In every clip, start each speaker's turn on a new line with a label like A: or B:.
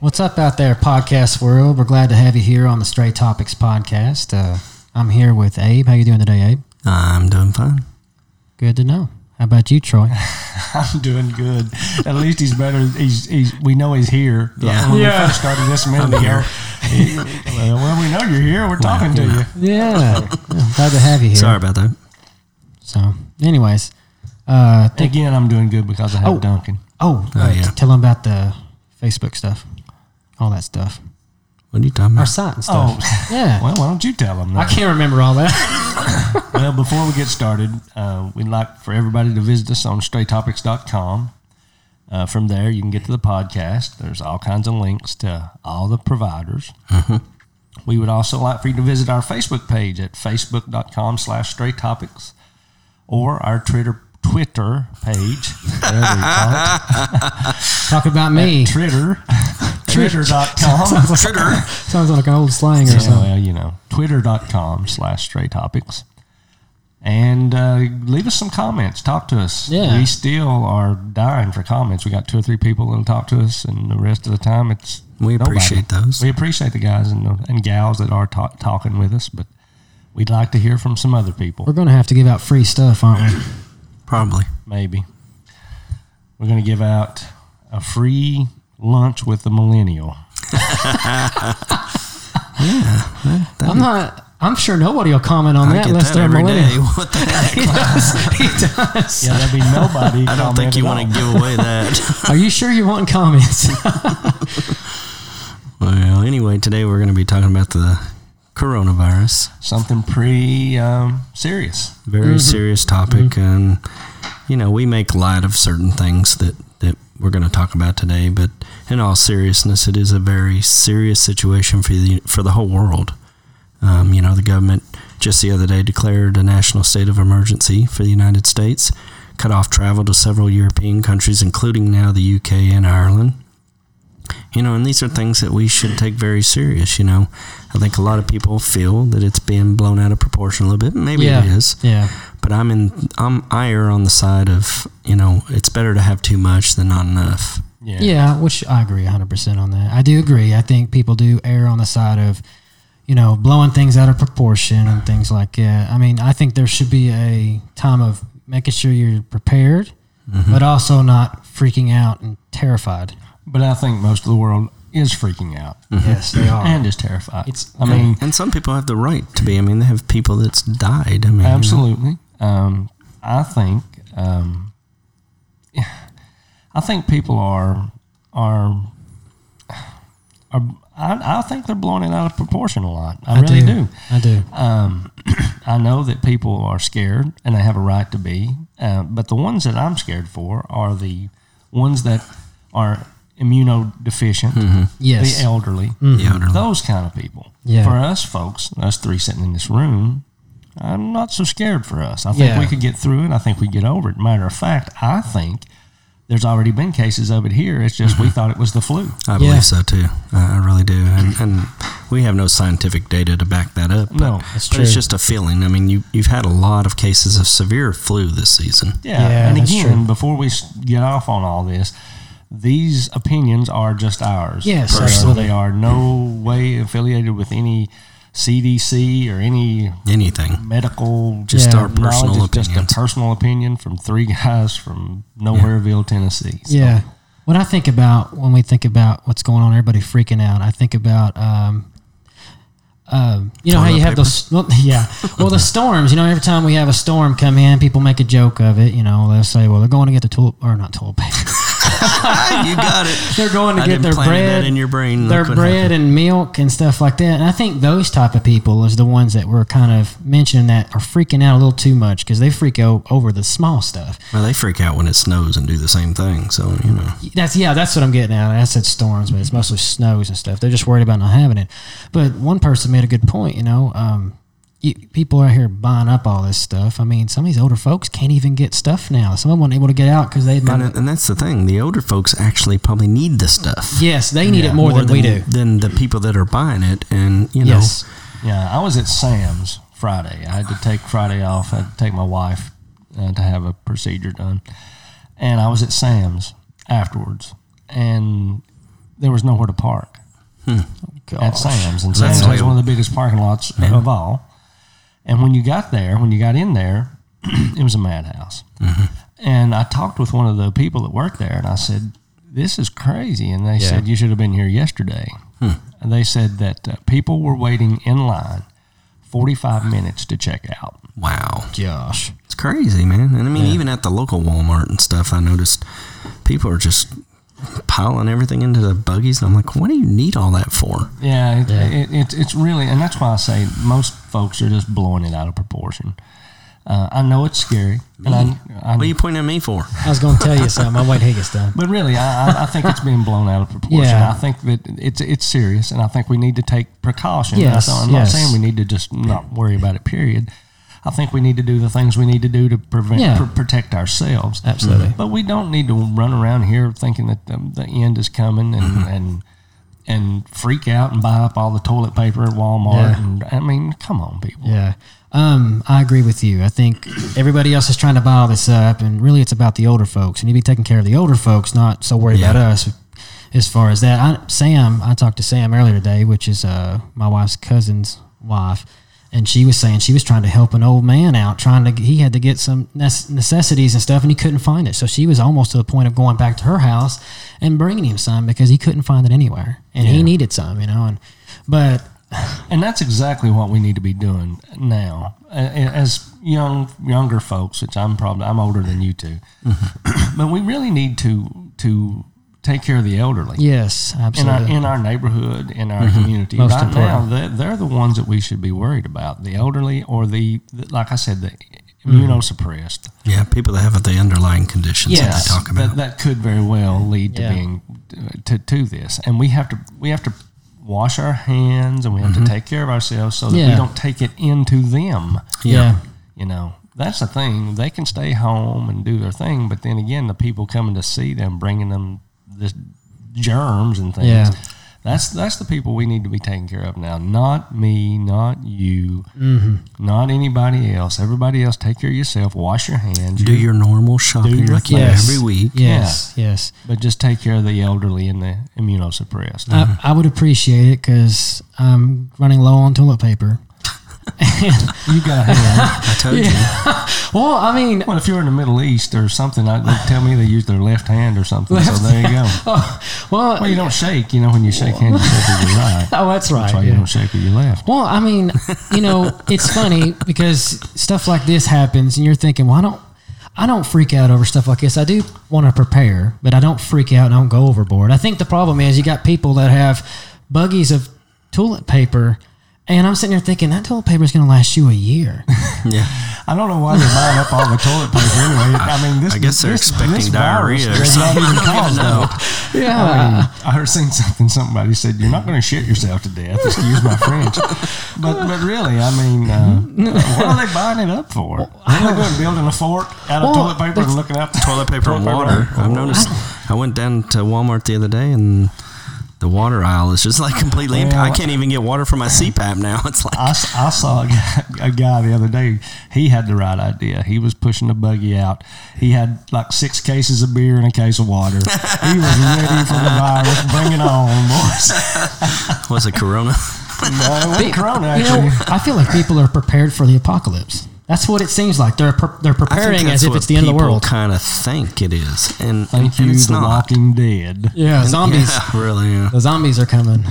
A: What's up out there, podcast world? We're glad to have you here on the Straight Topics podcast. Uh, I'm here with Abe. How you doing today, Abe?
B: I'm doing fine.
A: Good to know. How about you, Troy?
C: I'm doing good. At least he's better. He's, he's we know he's here. Yeah. When we first started this a minute ago. he- well, well, we know you're here. We're talking to you.
A: yeah, Yeah, glad to have you here.
B: Sorry about that.
A: So, anyways, uh, think,
C: Again, I'm doing good because I have Duncan.
A: oh, uh,
B: yeah.
A: tell them about the Facebook stuff, all that stuff,
B: What are you talking
A: our
B: about?
A: site and
C: Oh,
A: stuff. Yeah,
C: well, why don't you tell him?
A: I
C: That?
A: can't remember all that.
C: Well, before we get started, uh, we'd like for everybody to visit us on StrayTopics.com. Uh, from there, you can get to the podcast. There's all kinds of links to all the providers. We would also like for you to visit our Facebook page at facebook.com slash stray topics or our Twitter Twitter page. whatever you call it.
A: Talk about me.
C: Twitter. Twitter.com.
A: Sounds like an old slang or
C: Yeah,
A: something.
C: well, you know, twitter.com slash stray topics. And uh, leave us some comments. Talk to us.
A: Yeah.
C: We still are dying for comments. We got two or three people that'll talk to us, and the rest of the time it's.
B: We
C: nobody.
B: appreciate those.
C: We appreciate the guys and, the, and gals that are ta- talking with us, but we'd like to hear from some other people,
A: We're gonna have to give out free stuff, aren't we?
B: Probably.
C: maybe. We're going to give out a free lunch with the millennial.
A: I'm not. I'm sure nobody will comment on
B: I
A: that
B: get
A: unless
B: that
A: they're a
B: every
A: millennial.
B: day. What the heck?
A: He does. He does.
C: Yeah, there'll be nobody.
B: I don't think you want to
C: to.
B: give away that.
A: Are you sure you want comments?
B: well, anyway, today we're going to be talking about the coronavirus.
C: Something pretty um, serious.
B: Very serious topic, and you know we make light of certain things that that we're going to talk about today. But in all seriousness, it is a very serious situation for the for the whole world. Um, you know, the government just the other day declared a national state of emergency for the United States, cut off travel to several European countries, including now the UK and Ireland. You know, and these are things that we should take very serious. You know, I think a lot of people feel that it's being blown out of proportion a little bit. Maybe
A: yeah.
B: it is
A: Yeah.
B: but I'm in I'm I err on the side of you know it's better to have too much than not enough.
A: Yeah, which I agree 100% on that. I do agree. I think people do err on the side of, you know, blowing things out of proportion and things like that. I mean, I think there should be a time of making sure you're prepared, but also not freaking out and terrified.
C: But I think most of the world is freaking out
A: Yes, they are.
C: and is terrified.
A: It's-
C: I mean,
B: And some people have the right to be. I mean, they have people that's died. I mean, you
C: Mm-hmm.
B: know.
C: absolutely. Um, I think um, I think people are are are. I, I think they're blowing it out of proportion a lot. I, really do.
A: I do.
C: Um, I know that people are scared, and they have a right to be. Uh, but the ones that I'm scared for are the ones that are immunodeficient,
A: Yes.
C: the elderly,
B: Yeah, I don't know.
C: those kind of people.
A: Mm-hmm. Yeah.
C: For us folks, us three sitting in this room, I'm not so scared for us. I think
A: Yeah.
C: we could get through it. I think we get over it. Matter of fact, I think there's already been cases of it here. It's just we
A: Mm-hmm.
C: thought it was the flu.
B: I
A: Yeah.
B: believe so too. I, I really do. And, and we have no scientific data to back that up.
C: No,
A: that's
B: but it's
A: true.
B: just a feeling. I mean, you you've had a lot of cases of severe flu this season.
C: Yeah.
A: Yeah,
C: and
A: that's
C: again,
A: true.
C: before we s- get off on all this, these opinions are just ours.
A: Yes,
C: They are-
A: absolutely.
C: They are no way affiliated with any CDC or any
B: Anything.
C: medical
B: Just
A: Yeah.
B: our personal
C: knowledge. It's
B: opinions.
C: Just a personal opinion from three guys from Nowhereville, Tennessee. So,
A: Yeah. When I think about when we think about what's going on, everybody freaking out. I think about, um, um, you know how
B: Toilet
A: you have
B: paper?
A: those, well, yeah. Well, the storms. You know, every time we have a storm come in, people make a joke of it. You know, they'll say, "Well, they're going to get the toilet or not toilet paper.
B: you got it.
A: they're going to
B: I
A: get
B: didn't
A: their
B: plant
A: bread
B: that in your brain.
A: their
B: Look what
A: bread and milk and stuff like that." And I think those type of people is the ones that we're kind of mentioning that are freaking out a little too much because they freak out over the small stuff.
B: Well, they freak out when it snows and do the same thing. So you know.
A: That's yeah, that's what I'm getting at. I said storms, but it's mostly snows and stuff. They're just worried about not having it. But one person made a good point. You know, um, you, people out here buying up all this stuff. I mean, some of these older folks can't even get stuff now. Some of them weren't able to get out because they might.
B: And, and that's the thing. The older folks actually probably need the stuff.
A: yes, they need it more, than, we do.
B: Than the people that are buying it. And, you know,
A: Yes,
C: Yeah, I was at Sam's Friday. I had to take Friday off. I had to take my wife uh, to have a procedure done, and I was at Sam's afterwards. And there was nowhere to park
B: Hmm.
C: at Sam's, and
B: That's
C: Sam's has
B: like-
C: one of the biggest parking lots of all. And when you got there, when you got in there, it was a madhouse.
B: Mm-hmm.
C: And I talked with one of the people that worked there, and I said, "This is crazy." And they said, "You should have been here yesterday."
B: Hmm.
C: And they said that uh, people were waiting in line forty-five minutes to check out.
B: Wow.
A: Gosh.
B: It's crazy, man. And I mean, even at the local Walmart and stuff, I noticed people are just piling everything into the buggies. And I'm like, what do you need all that for?
C: Yeah, it, It, it, it's really, and that's why I say most folks are just blowing it out of proportion. Uh, I know it's scary, and I, I,
B: What are Mm-hmm. you pointing at me for?
A: I was going to tell you something. I'll wait till he gets done.
C: but really, I, I- I think it's being blown out of proportion.
A: Yeah.
C: I think that it's it's serious, and I think we need to take precaution.
A: Yes,
C: I'm
A: yes.
C: not saying we need to just not worry about it. Period. I think we need to do the things we need to do to prevent
A: Yeah.
C: pr- protect ourselves.
A: Absolutely.
C: But we don't need to run around here thinking that the, the end is coming and, and and freak out and buy up all the toilet paper at Walmart.
A: Yeah.
C: And I mean, come on, people.
A: Yeah. Um, I agree with you. I think everybody else is trying to buy all this up, and really it's about the older folks. And you need to be taking care of the older folks, not so worried about
B: Yeah.
A: us as far as that. I, Sam, I talked to Sam earlier today, which is uh, my wife's cousin's wife, and she was saying she was trying to help an old man out, trying to, he had to get some nes- necessities and stuff, and he couldn't find it. So she was almost to the point of going back to her house and bringing him some because he couldn't find it anywhere. And he needed some, you know. And, but
C: And that's exactly what we need to be doing now, A- a- as young younger folks. Which I'm probably I'm older than you two, but we really need to to take care of the elderly.
A: yes,
C: in our,
A: absolutely. Mm-hmm.
C: in our neighborhood, in our community.
A: Most
C: right
A: important.
C: now, they're, they're the ones that we should be worried about the elderly or the, the like I said, the
A: Mm-hmm.
C: immunosuppressed.
B: Yeah, people that have the underlying conditions that
A: Yes,
B: they talk about.
C: That, that could very well lead to
A: Yeah.
C: being to, to this. And we have to we have to wash our hands and we have to take care of ourselves so that we
A: Mm-hmm. Yeah.
C: don't take it into them.
A: yeah.
C: You know, that's the thing. They can stay home and do their thing, but then again, the people coming to see them, bringing them this germs and things.
A: Yeah.
C: That's that's the people we need to be taking care of now. Not me, not you,
A: Mm-hmm.
C: not anybody else. Everybody else, take care of yourself. Wash your hands.
B: do your normal shopping
C: your
B: like you do
A: Yes.
B: every week.
A: Yes, yes.
C: but just take care of the elderly and the immunosuppressed.
A: I, I would appreciate it because I'm running low on toilet paper.
C: you got a hand.
B: I told you.
A: Well, I mean,
C: well, if you're in the Middle East or something, I, they tell me they use their left hand or something. so there you go.
A: well,
C: Well, you don't shake. You know, when you shake hands, you shake with your right.
A: oh, that's right.
C: That's why you
A: yeah.
C: don't shake with your left.
A: Well, I mean, you know, it's funny because stuff like this happens, and you're thinking, well, I don't. I don't freak out over stuff like this. I do want to prepare, but I don't freak out and I don't go overboard. I think the problem is you got people that have buggies of toilet paper, and I'm sitting there thinking that toilet paper is going to last you a year.
B: Yeah.
C: I don't know why they're buying up all the toilet paper anyway. I mean, this
B: I guess they're
C: this-
B: expecting
C: this
B: diarrhea
C: virus
B: or
C: does not
B: something.
C: even
B: I don't
C: cause
B: even know.
C: that.
A: Yeah,
C: Mm. I heard seen something. Somebody said, "You're not going to shit yourself to death." Excuse my French, but but really, I mean, uh,
B: Mm-hmm.
C: what are they buying it up for? What are they doing? Building a fort out of
A: Well,
C: toilet paper and looking out the
B: Toilet paper and water. I've noticed. I went down to Walmart the other day and the water aisle is just like completely
A: Oh,
B: empty. I
C: Well-
B: can't even get water from my CPAP now. It's
A: Uh,
B: like,
C: I, s- I saw a guy, a guy the other day. He had the right idea. He was pushing the buggy out. He had like six cases of beer and a case of water. He was ready for the virus. Bring it on, boys.
B: was it Corona?
C: No, it wasn't Corona,
A: You
C: actually.
A: know, I feel like people are prepared for the apocalypse. That's what it seems like. They're pre- they're preparing as if it's the end of the world.
B: Kind of think it is, and
C: Thank
B: and
C: you,
B: it's
C: The
B: not.
C: Walking Dead.
A: Yeah, zombies.
B: Yeah, really. Yeah.
A: The zombies are coming.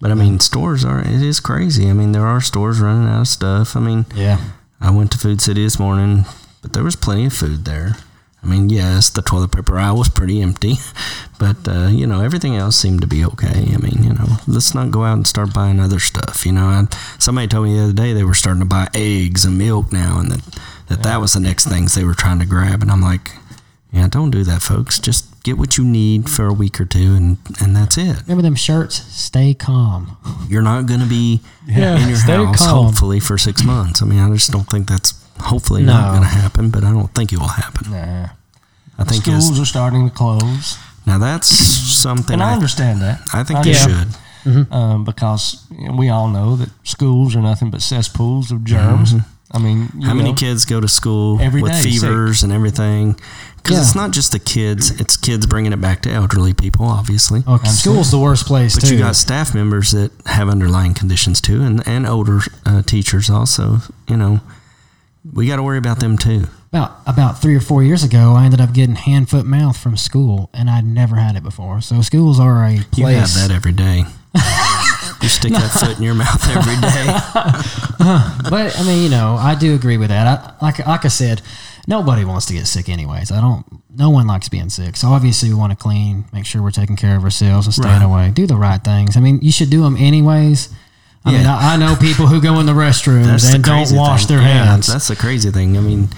B: But I mean, stores are. It is crazy. I mean, there are stores running out of stuff. I mean,
A: Yeah.
B: I went to Food City this morning, but there was plenty of food there. I mean, yes, the toilet paper aisle was pretty empty, but uh, you know everything else seemed to be okay. I mean, you know, let's not go out and start buying other stuff. You know, I, somebody told me the other day they were starting to buy eggs and milk now, and that that, that was the next things they were trying to grab. And I'm like, yeah, don't do that, folks. Just get what you need for a week or two, and and that's it.
A: Remember them shirts? Stay calm.
B: You're not going to be
A: Yeah,
B: in your
A: stay
B: house,
A: calm.
B: hopefully, for six months. I mean, I just don't think that's hopefully not
A: No.
B: going to happen, but I don't think it will happen.
C: Nah.
B: I think it's-
C: Schools are starting to close,
B: now that's something
C: and I
B: I,
C: understand that.
B: I think
C: I Mm-hmm.
B: they
A: Yeah.
B: should.
C: um, because you know, we all know that schools are nothing but cesspools of germs. I mean, you
B: How many
C: know,
B: kids go to school
C: Every
B: with
C: day, sick.
B: fevers and everything? Because
A: Yeah.
B: it's not just the kids; it's kids bringing it back to elderly people, obviously.
A: Oh, school's the worst place
B: but
A: too.
B: you got staff members that have underlying conditions too, and and older uh, teachers also. You know, we got to worry about them too.
A: about about three or four years ago, I ended up getting hand, foot, mouth from school, and I'd never had it before. So schools are a
B: You have
A: place,
B: that every day. you stick that foot in your mouth every day.
A: but I mean, you know, I do agree with that. I, like like I said, nobody wants to get sick, anyways. I don't. No one likes being sick, so obviously we want to clean, make sure we're taking care of ourselves, and staying
B: Right.
A: away, do the right things. I mean, you should do them anyways. I mean,
B: Yeah.
A: I, I know people who go in the restrooms
B: That's the
A: and don't
B: crazy
A: wash
B: thing.
A: their
B: Yeah,
A: hands.
B: That's the crazy thing. I mean,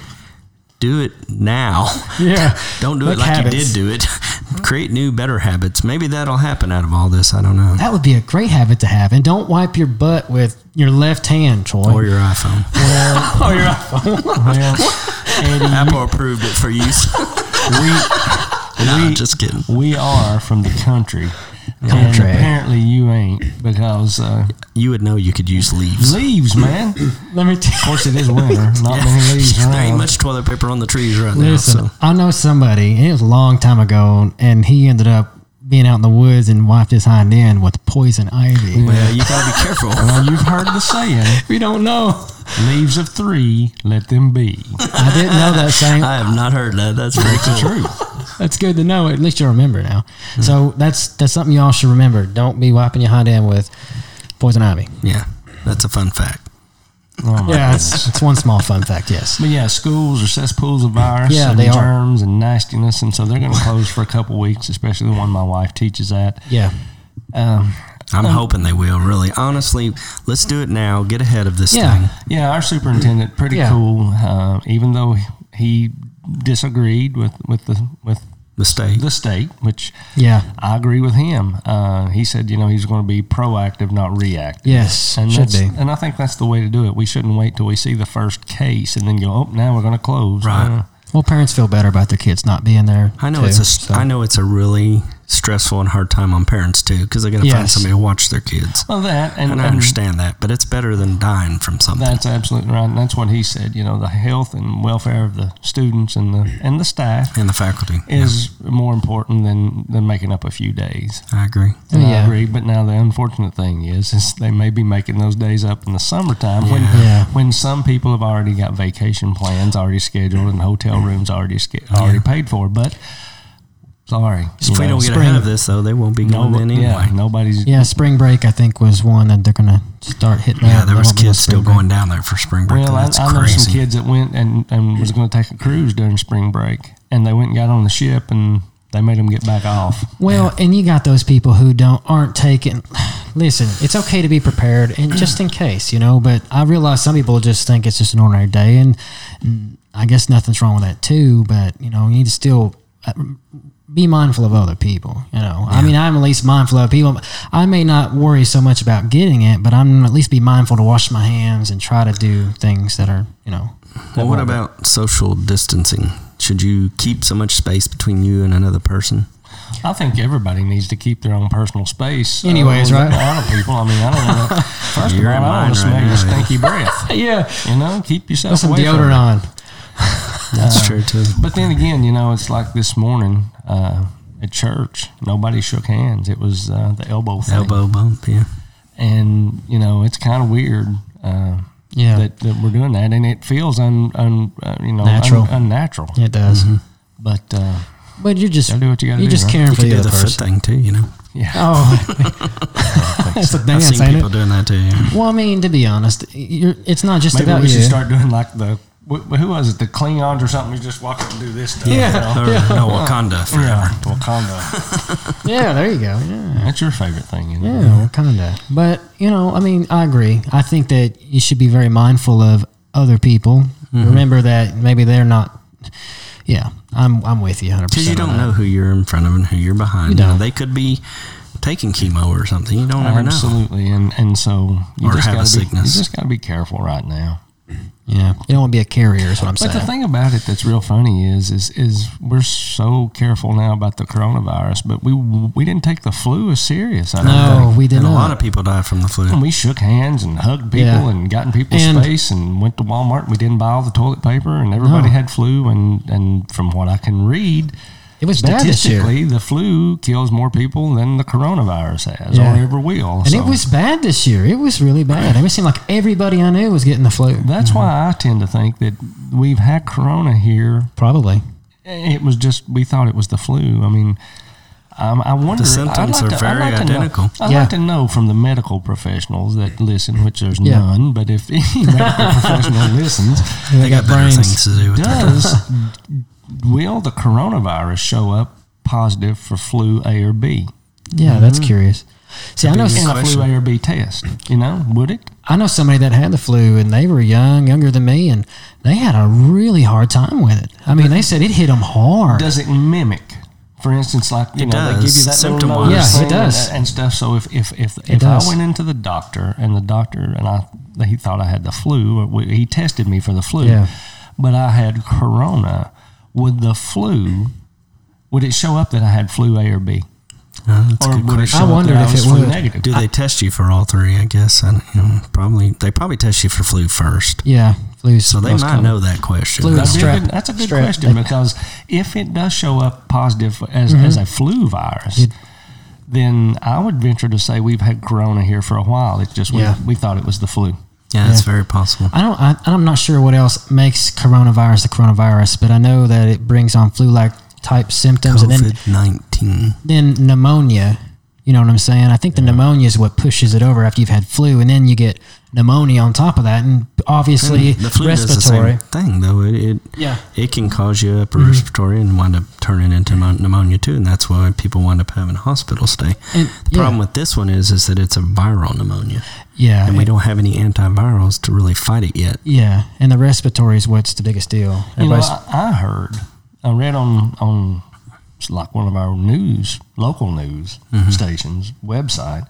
B: do it now.
A: yeah,
B: Don't do
A: Make
B: it like you
A: habits.
B: did do it. Create new, better habits. Maybe that'll happen out of all this. I don't know.
A: That would be a great habit to have. And don't wipe your butt with your left hand, Troy.
B: Or your iPhone.
A: Oh, your
C: well,
B: Apple approved it for use.
C: Eddie,
B: no,
C: we,
B: just kidding.
C: we, we are from the country. And
A: Country.
C: apparently you ain't because uh,
B: You would know you could use leaves.
C: leaves, man. Of
A: Let me tell
C: course, it is winter. Not many leaves
B: there ain't
C: around.
B: much toilet paper on the trees right
A: Listen,
B: now. So
A: I know somebody, and it was a long time ago, and he ended up being out in the woods and wiped his hind end with poison ivy.
B: well, you gotta be careful.
C: Well, you've heard the saying,
A: We don't know.
C: leaves of three, let them be.
A: I didn't know that saying.
B: I have not heard that. That's very cool.
C: True.
A: That's good to know. At least you remember now. So
B: Hmm.
A: that's that's something y'all should remember. Don't be wiping your hind end with poison ivy.
B: Yeah, that's a fun fact.
C: Oh, my
A: Yeah, that's, that's one small fun fact. Yes.
C: But yeah, schools are cesspools of virus
A: Yeah,
C: and
A: they are.
C: germs and nastiness, and so they're going to close for a couple weeks, especially the one my wife teaches at. Um,
A: Yeah.
B: I'm hoping they will. Really, honestly, let's do it now. Get ahead of this
A: Yeah.
B: thing.
C: Yeah, our superintendent, pretty
A: Yeah.
C: cool, uh, even though he disagreed with, with the with
B: Mistake.
C: the state, which
A: Yeah.
C: I agree with him. Uh, he said, you know, he's going to be proactive, not reactive.
A: Yes.
C: And
A: should
C: that's,
A: be.
C: and I think that's the way to do it. We shouldn't wait till we see the first case and then go, oh, now we're going to close.
B: Right.
C: Uh,
A: Well, parents feel better about their kids not being there.
B: I know
A: too,
B: it's a.
A: so-
B: I know it's a really stressful and hard time on parents too because they got to find
A: Yes.
B: somebody to watch their kids.
C: well, that and,
B: And I
C: and
B: understand that, but it's better than dying from something.
C: Mm-hmm. That's absolutely right, and that's what he said. You know, the health and welfare of the students and the and the staff
B: in the faculty.
C: is more important than than making up a few days.
B: Yeah, I agree.
A: Oh,
C: And I
A: yeah.
C: agree. But now the unfortunate thing is, is they may be making those days up in the summertime when
A: Yeah.
C: when some people have already got vacation plans already scheduled and hotel rooms already sch- already paid for. But sorry, you
B: If we
C: know,
B: don't get
A: spring-
B: ahead of this, though, they won't be going
C: no-
B: in anyway.
C: yeah,
B: Yeah,
C: nobody's
A: Yeah, spring break I think was one that they're gonna start hitting. that. They
B: there was
A: won't be no
B: kids
A: spring
B: still
A: break.
B: going down there for spring break.
C: Well, I,
B: That's
C: I know
B: crazy.
C: some kids that went and, and was going to take a cruise during spring break, and they went and got on the ship, and they made them get back off.
A: Well, and you got those people who don't aren't taking. Listen, it's okay to be prepared and just in case, you know. But I realize some people just think it's just an ordinary day, and mm, I guess nothing's wrong with that too. But you know, you need to still uh, be mindful of other people. You know, I mean, I'm at least mindful of people. I may not worry so much about getting it, but I'm at least be mindful to wash my hands and try to do things that are, you know.
B: Well, what about social distancing? Should you keep so much space between you and another person?
C: I think everybody needs to keep their own personal space. uh,
A: Anyways,
C: with
A: right?
C: A lot of people. I mean, I don't know. First
B: You're
C: of
B: in
C: all, I
B: mine
C: don't smell
B: right
C: your
B: now, yeah.
C: stinky breath.
A: Yeah,
C: You know, keep yourself
A: put some
C: away from it.
A: deodorant on.
B: That's true too.
C: But then again, you know, it's like this morning uh, at church. Nobody shook hands. It was uh, the elbow thing,
B: Elbow bump. Yeah.
C: and you know, it's kind of weird. Uh,
A: Yeah,
C: that, that we're doing that, and it feels un, un uh, you know un-
A: Natural.
C: unnatural.
A: it does.
C: But uh,
A: But you're just
C: Gotta Mm-hmm. do what you gotta
A: you're
C: do,
A: just
C: right?
A: caring
B: You
A: for
B: could
A: the
B: do
A: other
B: the foot
A: person.
B: thing too. You know,
A: Oh, that's a
B: I've
A: dance,
B: seen
A: ain't
B: people
A: it?
B: doing that too. Yeah.
A: Well, I mean, to be honest, you're, it's not just
C: maybe
A: about
C: we
A: you.
C: should start doing like the wh- who was it the Klingons or something? You just walk up and do this stuff.
A: Yeah.
C: you
B: Or, No,
C: know?
B: Wakanda forever.
C: yeah. Wakanda.
A: yeah, there you go. Yeah,
C: That's your favorite thing, you know.
A: yeah, kind of. But you know, I mean, I agree. I think that you should be very mindful of other people. Remember that maybe they're not. Yeah, I'm I'm with you 100.
B: Because you
A: percent
B: don't know who you're in front of and who you're behind. You know,
A: don't.
B: they could be taking chemo or something. You don't ever know.
C: Absolutely, and and so you
B: Or
C: just
B: have a
C: gotta be, you
B: sickness.
C: just got to be careful right now.
A: Yeah, you don't want to be a carrier. Is what I'm
C: But the
A: saying.
C: thing about it that's real funny is, is, is we're so careful now about the coronavirus, but we we didn't take the flu as serious. I don't
A: no, we did
B: and a
A: not.
B: lot of people die from the
C: think.
B: flu.
C: We shook hands and hugged people
A: Yeah.
C: and got in people's
A: And-
C: face and went to Walmart and we didn't buy all the toilet paper and everybody
A: No.
C: had flu and and from what I can read,
A: it was bad this year,
C: statistically the flu kills more people than the coronavirus has
A: Yeah.
C: or ever will.
A: and
C: so.
A: it was bad this year. It was really bad. It seemed like everybody I knew was getting the flu.
C: that's
B: Mm-hmm.
C: why I tend to think that we've had corona here
A: Probably.
C: it was just we thought it was the flu. I mean, um, I wonder.
B: The symptoms
C: I'd
B: are
C: like to,
B: very
C: I'd like
B: identical.
C: To know, I'd
A: Yeah.
C: like to know from the medical professionals that listen, which there's
A: Yeah.
C: none. But if any medical professional listens,
B: They got better things to do with their
C: does will the coronavirus show up positive for flu A or B
A: Yeah, that's curious. See, I know
C: in a
B: Question.
C: flu A or B test? You know, would it?
A: I know somebody that had the flu and they were young, younger than me, and they had a really hard time with it. I mean, they said it hit them hard.
C: does it mimic? For instance, like you
B: It
C: know, they give you
B: does.
C: that
B: Symptom
C: little
B: wise.
C: nose
A: Yeah, it
C: thing and-
A: does.
C: and, stuff. So if if if, if I
A: does.
C: went into the doctor and the doctor and I he thought I had the flu, or we- he tested me for the flu,
A: Yeah.
C: but I had corona. Would the flu? Would it show up that I had flu A or B,
B: Uh, that's a
C: or
B: good
C: would it
B: question.
C: show
A: I
C: up
A: wondered
C: that I
A: if
C: was
A: it
C: flu
A: would.
C: negative?
B: Do they test you for all three? I guess I don't- you know, probably they probably test you for flu first,
A: yeah, flu.
B: so they might know that question.
A: Flu
C: That's, a
A: Strep.
C: good- that's a good
A: Strep.
C: question because if it does show up positive as, as a flu virus,
A: Mm-hmm. It-
C: then I would venture to say we've had corona here for a while. It's just we,
A: Yeah.
C: we thought it was the flu.
B: yeah, that's
A: Yeah.
B: very possible.
A: I don't. I, I'm not sure what else makes coronavirus the coronavirus, but I know that it brings on flu-like type symptoms, and
B: COVID nineteen.
A: then then pneumonia. You know what I'm saying? I think the pneumonia is what pushes it over after you've had flu, and then you get pneumonia on top of that, and obviously
B: Mm, the flu does the
A: respiratory. Mm-hmm.
B: same thing though. It, it
A: Yeah.
B: it can cause you upper respiratory and wind up turning into pneu- pneumonia too, and that's why people wind up having hospital stay.
A: And-
B: the
A: yeah.
B: problem with this one is is that it's a viral pneumonia,
A: Yeah,
B: and we don't have any antivirals to really fight it yet.
A: Yeah, and the respiratory is what's the biggest deal.
C: You know,
A: Everybody's-
C: I, I heard, I read on on it's like one of our news, local news
A: Mm-hmm.
C: stations website.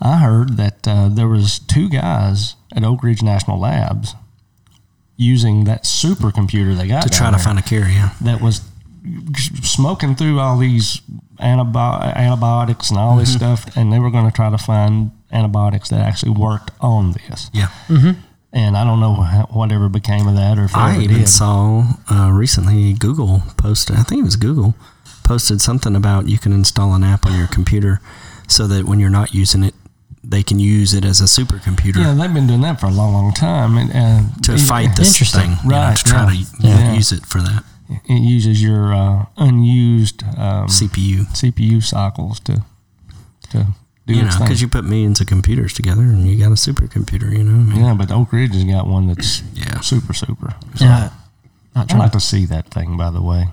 C: I heard that uh, there was two guys at Oak Ridge National Labs using that supercomputer they got
B: To try
C: down
B: to
C: there
B: find a cure, yeah.
C: that was smoking through all these antibi- antibiotics and all this
B: Mm-hmm.
C: stuff, and they were going to try to find antibiotics that actually worked on this.
B: Yeah.
C: And I don't know how, whatever became of that, or if it
B: I
C: ever
B: even
C: did.
B: saw uh, recently Google posted, I think it was Google, posted something about you can install an app on your computer so that when you're not using it, they can use it as a supercomputer
C: Yeah, they've been doing that for a long, long time, and, and
B: to
C: it,
B: fight this
A: Interesting.
B: thing. you know,
C: Right,
B: to try
C: yeah.
B: to
C: Yeah.
B: use it for that
C: It uses your uh, unused um,
B: CPU.
C: CPU cycles to to do
B: You know,
C: its thing.
B: because you put millions of computers together and you got a supercomputer, you know? I mean,
C: yeah, but Oak Ridge has got one that's
B: Yeah.
C: super, super.
A: yeah, not
C: I'd
A: trying
C: like
A: to.
C: to see that thing, by the way.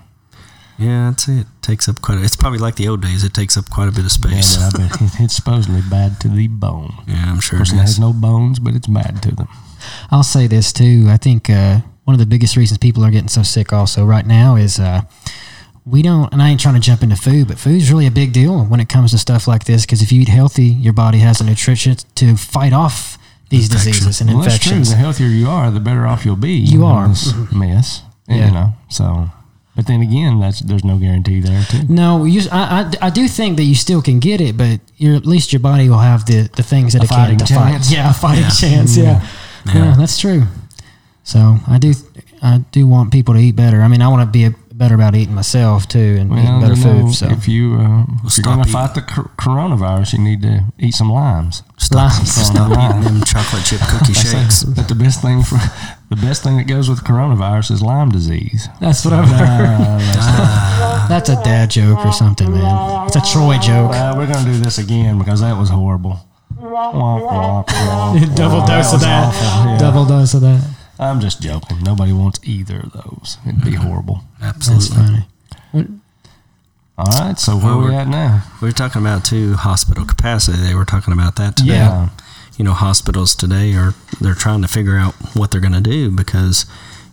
B: yeah, that's it. Takes up quite a, It's probably like the old days. It takes up quite a bit of
C: Yeah,
B: space.
C: but I bet it- it's supposedly bad to the bone.
B: Yeah, I'm sure it
C: person has
B: is.
C: no bones, but it's bad to them.
A: I'll say this too. I think uh, one of the biggest reasons people are getting so sick also right now is uh, we don't. And I ain't trying to jump into food, but food's really a big deal when it comes to stuff like this because if you eat healthy, your body has the nutrition to fight off these diseases and
C: Well, that's true.
A: infections.
C: The healthier you are, the better off you'll be.
A: You
C: in
A: are. Mm-hmm.
C: this mess,
A: Yeah.
C: you know. So, but then again, that's there's no guarantee there too.
A: No, you, I, I, I do think that you still can get it, but you're, at least your body will have the, the things that it
C: fighting
A: can to
C: chance.
A: fight. Yeah, a fighting chance. Yeah. Mm-hmm. yeah, that's true. So I do I do want people to eat better. I mean, I want to be a, better about eating myself too and eating
C: Well,
A: better
C: you know,
A: food. So
C: if you uh, if you're
B: stop
C: going to
B: eating.
C: fight the cor- coronavirus, you need to eat some limes.
B: Stop,
A: Limes.
B: stop eating them chocolate chip cookie
C: They say
B: shakes.
C: that the best thing for the best thing that goes with coronavirus is Lyme disease. Uh,
A: that's what I've heard. that's a dad joke or something, man. It's a Troy joke.
C: Uh, we're going to do this again because that was horrible. Womp, womp, womp.
A: Double dose of that.
C: Yeah.
A: Double dose of that.
C: I'm just joking. Nobody wants either of those. It'd be horrible.
A: That's
B: Absolutely.
A: funny.
C: All right, so where we at now?
B: We were talking about too hospital capacity. They were talking about that today.
C: Yeah.
B: You know, hospitals today are they're trying to figure out what they're going to do because,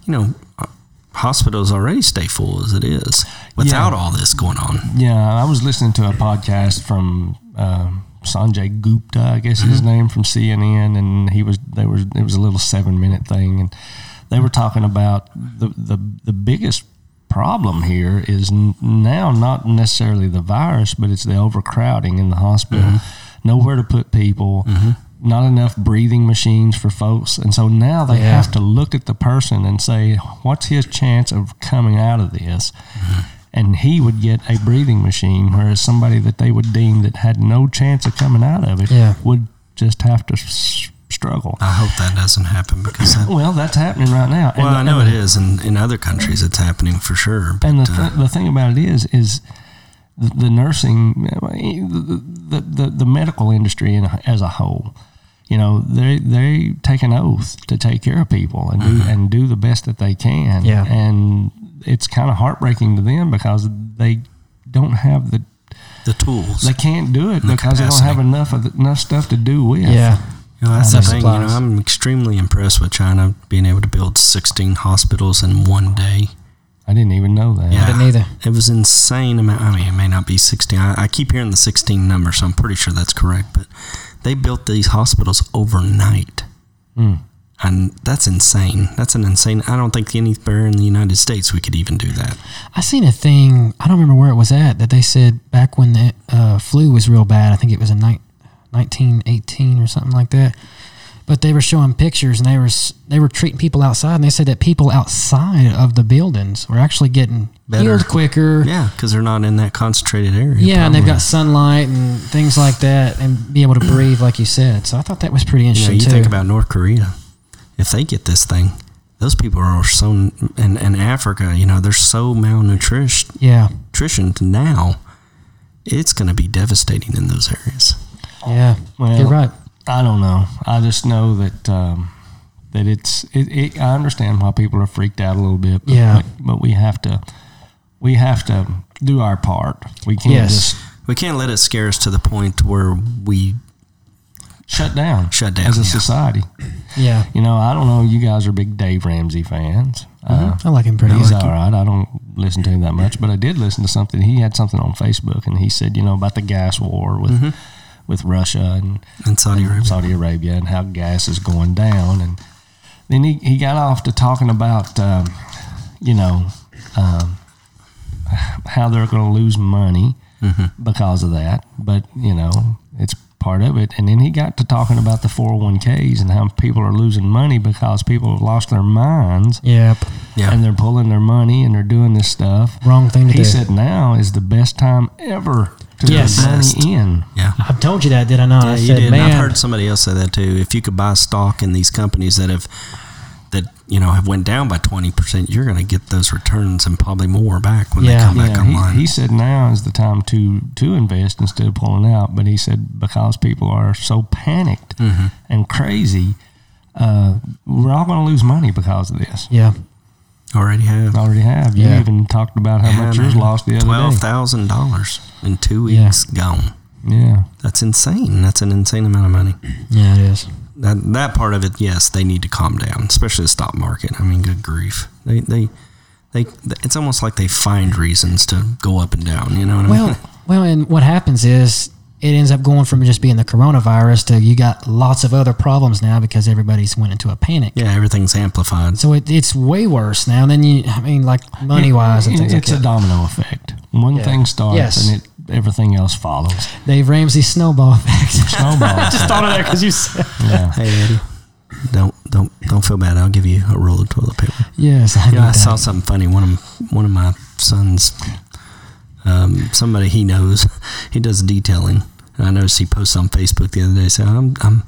B: you know, uh, hospitals already stay full as it is without all this going on.
C: Yeah, I was listening to a podcast from um Sanjay Gupta, I guess is his name from CNN, and he was they were it was a little seven minute thing, and they were talking about the the the biggest problem here is n- now not necessarily the virus, but it's the overcrowding in the hospital, nowhere to put people. Not enough breathing machines for folks, and so now they
A: Yeah.
C: have to look at the person and say, "What's his chance of coming out of this?" and he would get a breathing machine, whereas somebody that they would deem that had no chance of coming out of it
A: Yeah.
C: would just have to s- struggle.
B: I hope that doesn't happen because that,
C: Well, that's happening right now.
B: well,
C: the-
B: I know it is, and in other countries it's happening for sure. But
C: And the,
B: uh,
C: th- the thing about it is, is the, the nursing, the, the, the, the medical industry in, as a whole, you know, they they take an oath to take care of people and do, and do the best that they can.
A: Yeah.
C: And it's kind of heartbreaking to them because they don't have the
B: the tools.
C: They can't do it
B: The
C: because they don't have
B: capacity.
C: enough of enough stuff to do with.
A: Yeah.
B: You know, that's the
A: Other
B: thing. You know,
A: supplies.
B: I'm extremely impressed with China being able to build 16 hospitals in one day.
C: I didn't even know that.
B: Yeah.
A: Didn't either.
B: It was insane amount. I mean, it may not be 16. I, I keep hearing the 16 number, so I'm pretty sure that's correct. But they built these hospitals overnight,
C: Mm.
B: and that's insane. That's an insane. I don't think anywhere in the United States we could even do that.
A: I seen a thing. I don't remember where it was at that they said back when the uh, flu was real bad. I think it was in nine- 1918 or something like that. But they were showing pictures and they were s- they were treating people outside and they said that people outside of the buildings were actually getting
B: Better.
A: healed quicker.
B: Yeah, because they're not in that concentrated area.
A: Yeah, and they've
B: probably.
A: got sunlight and things like that, and be able to breathe, like you said. So I thought that was pretty
B: You know,
A: interesting
B: you
A: too.
B: think about North Korea. If they get this thing, those people are so and and Africa. You know, they're so malnourished
A: yeah,
B: nutrition now. It's going to be devastating in those areas.
A: yeah,
C: Well,
A: you're right.
C: I don't know. I just know that um, that it's. It, it, I understand why people are freaked out a little bit. But,
A: Yeah.
C: But we have to. We have to do our part. We can't
A: Yes.
C: just
B: We can't let it scare us to the point where we.
C: shut down.
B: Shut down,
C: as a
B: yeah.
C: society.
A: Yeah,
C: You know, I don't know. You guys are big Dave Ramsey fans.
B: Uh-huh.
C: Uh,
A: Mm-hmm. I like him pretty.
C: He's
A: good.
C: all right. I don't listen to him that much, but I did listen to something. He had something on Facebook, and he said, you know, about the gas war with
A: Mm-hmm.
C: with Russia and
B: In Saudi Arabia,
C: Saudi Arabia and how gas is going down. And then he, he got off to talking about, um, you know, um, how they're going to lose money because of that. But, you know, it's part of it. And then he got to talking about the 401ks and how people are losing money because people have lost their minds
A: Yep,
B: yeah,
C: and they're pulling their money and they're doing this stuff.
A: wrong thing to
C: He
A: do.
C: said now is the best time ever to
A: Yes.
C: put
B: Best.
C: money in.
B: yeah.
A: I've told you that, did I not? I
B: Yeah, you
A: said,
B: did. And
A: man,
B: I've heard somebody else say that too. If you could buy stock in these companies that have that you know have went down by twenty percent, you're going to get those returns and probably more back when they
A: Yeah.
B: come back
C: Yeah, he-
B: online.
C: He, said now is the time to to invest instead of pulling out. But he said because people are so panicked
B: Mm-hmm.
C: and crazy, uh, we're all going to lose money because of this.
A: yeah,
B: Already have.
C: I already have. You
A: Yeah.
C: even talked about how much yours lost the other
B: Twelve
C: day.
B: thousand dollars in two
A: Yeah.
B: weeks gone.
C: Yeah,
B: That's insane. That's an insane amount of money.
A: yeah, it is.
B: That that part of it, yes, they need to calm down, especially the stock market. I mean, good grief, they they. They, it's almost like they find reasons to go up and down. You know what I mean?
A: Well, well, and what happens is it ends up going from just being the coronavirus to you got lots of other problems now because everybody's went into a panic.
B: Yeah, everything's amplified.
A: So it, it's way worse now. than you, I mean, like money wise and
C: It-
A: things like
C: it's a
A: that.
C: domino effect. One thing starts
A: Yes.
C: and it everything else follows.
A: Dave Ramsey snowball effect.
C: Snowball.
A: Just thought of that because you said.
C: yeah.
B: Hey Eddie, don't don't don't feel bad. I'll give you a roll of toilet paper.
A: Yes, I,
B: You know, I
A: need
B: saw
A: that.
B: something funny. One of one of my sons, um, somebody he knows, he does detailing. And I noticed he posted on Facebook the other day. So I'm I'm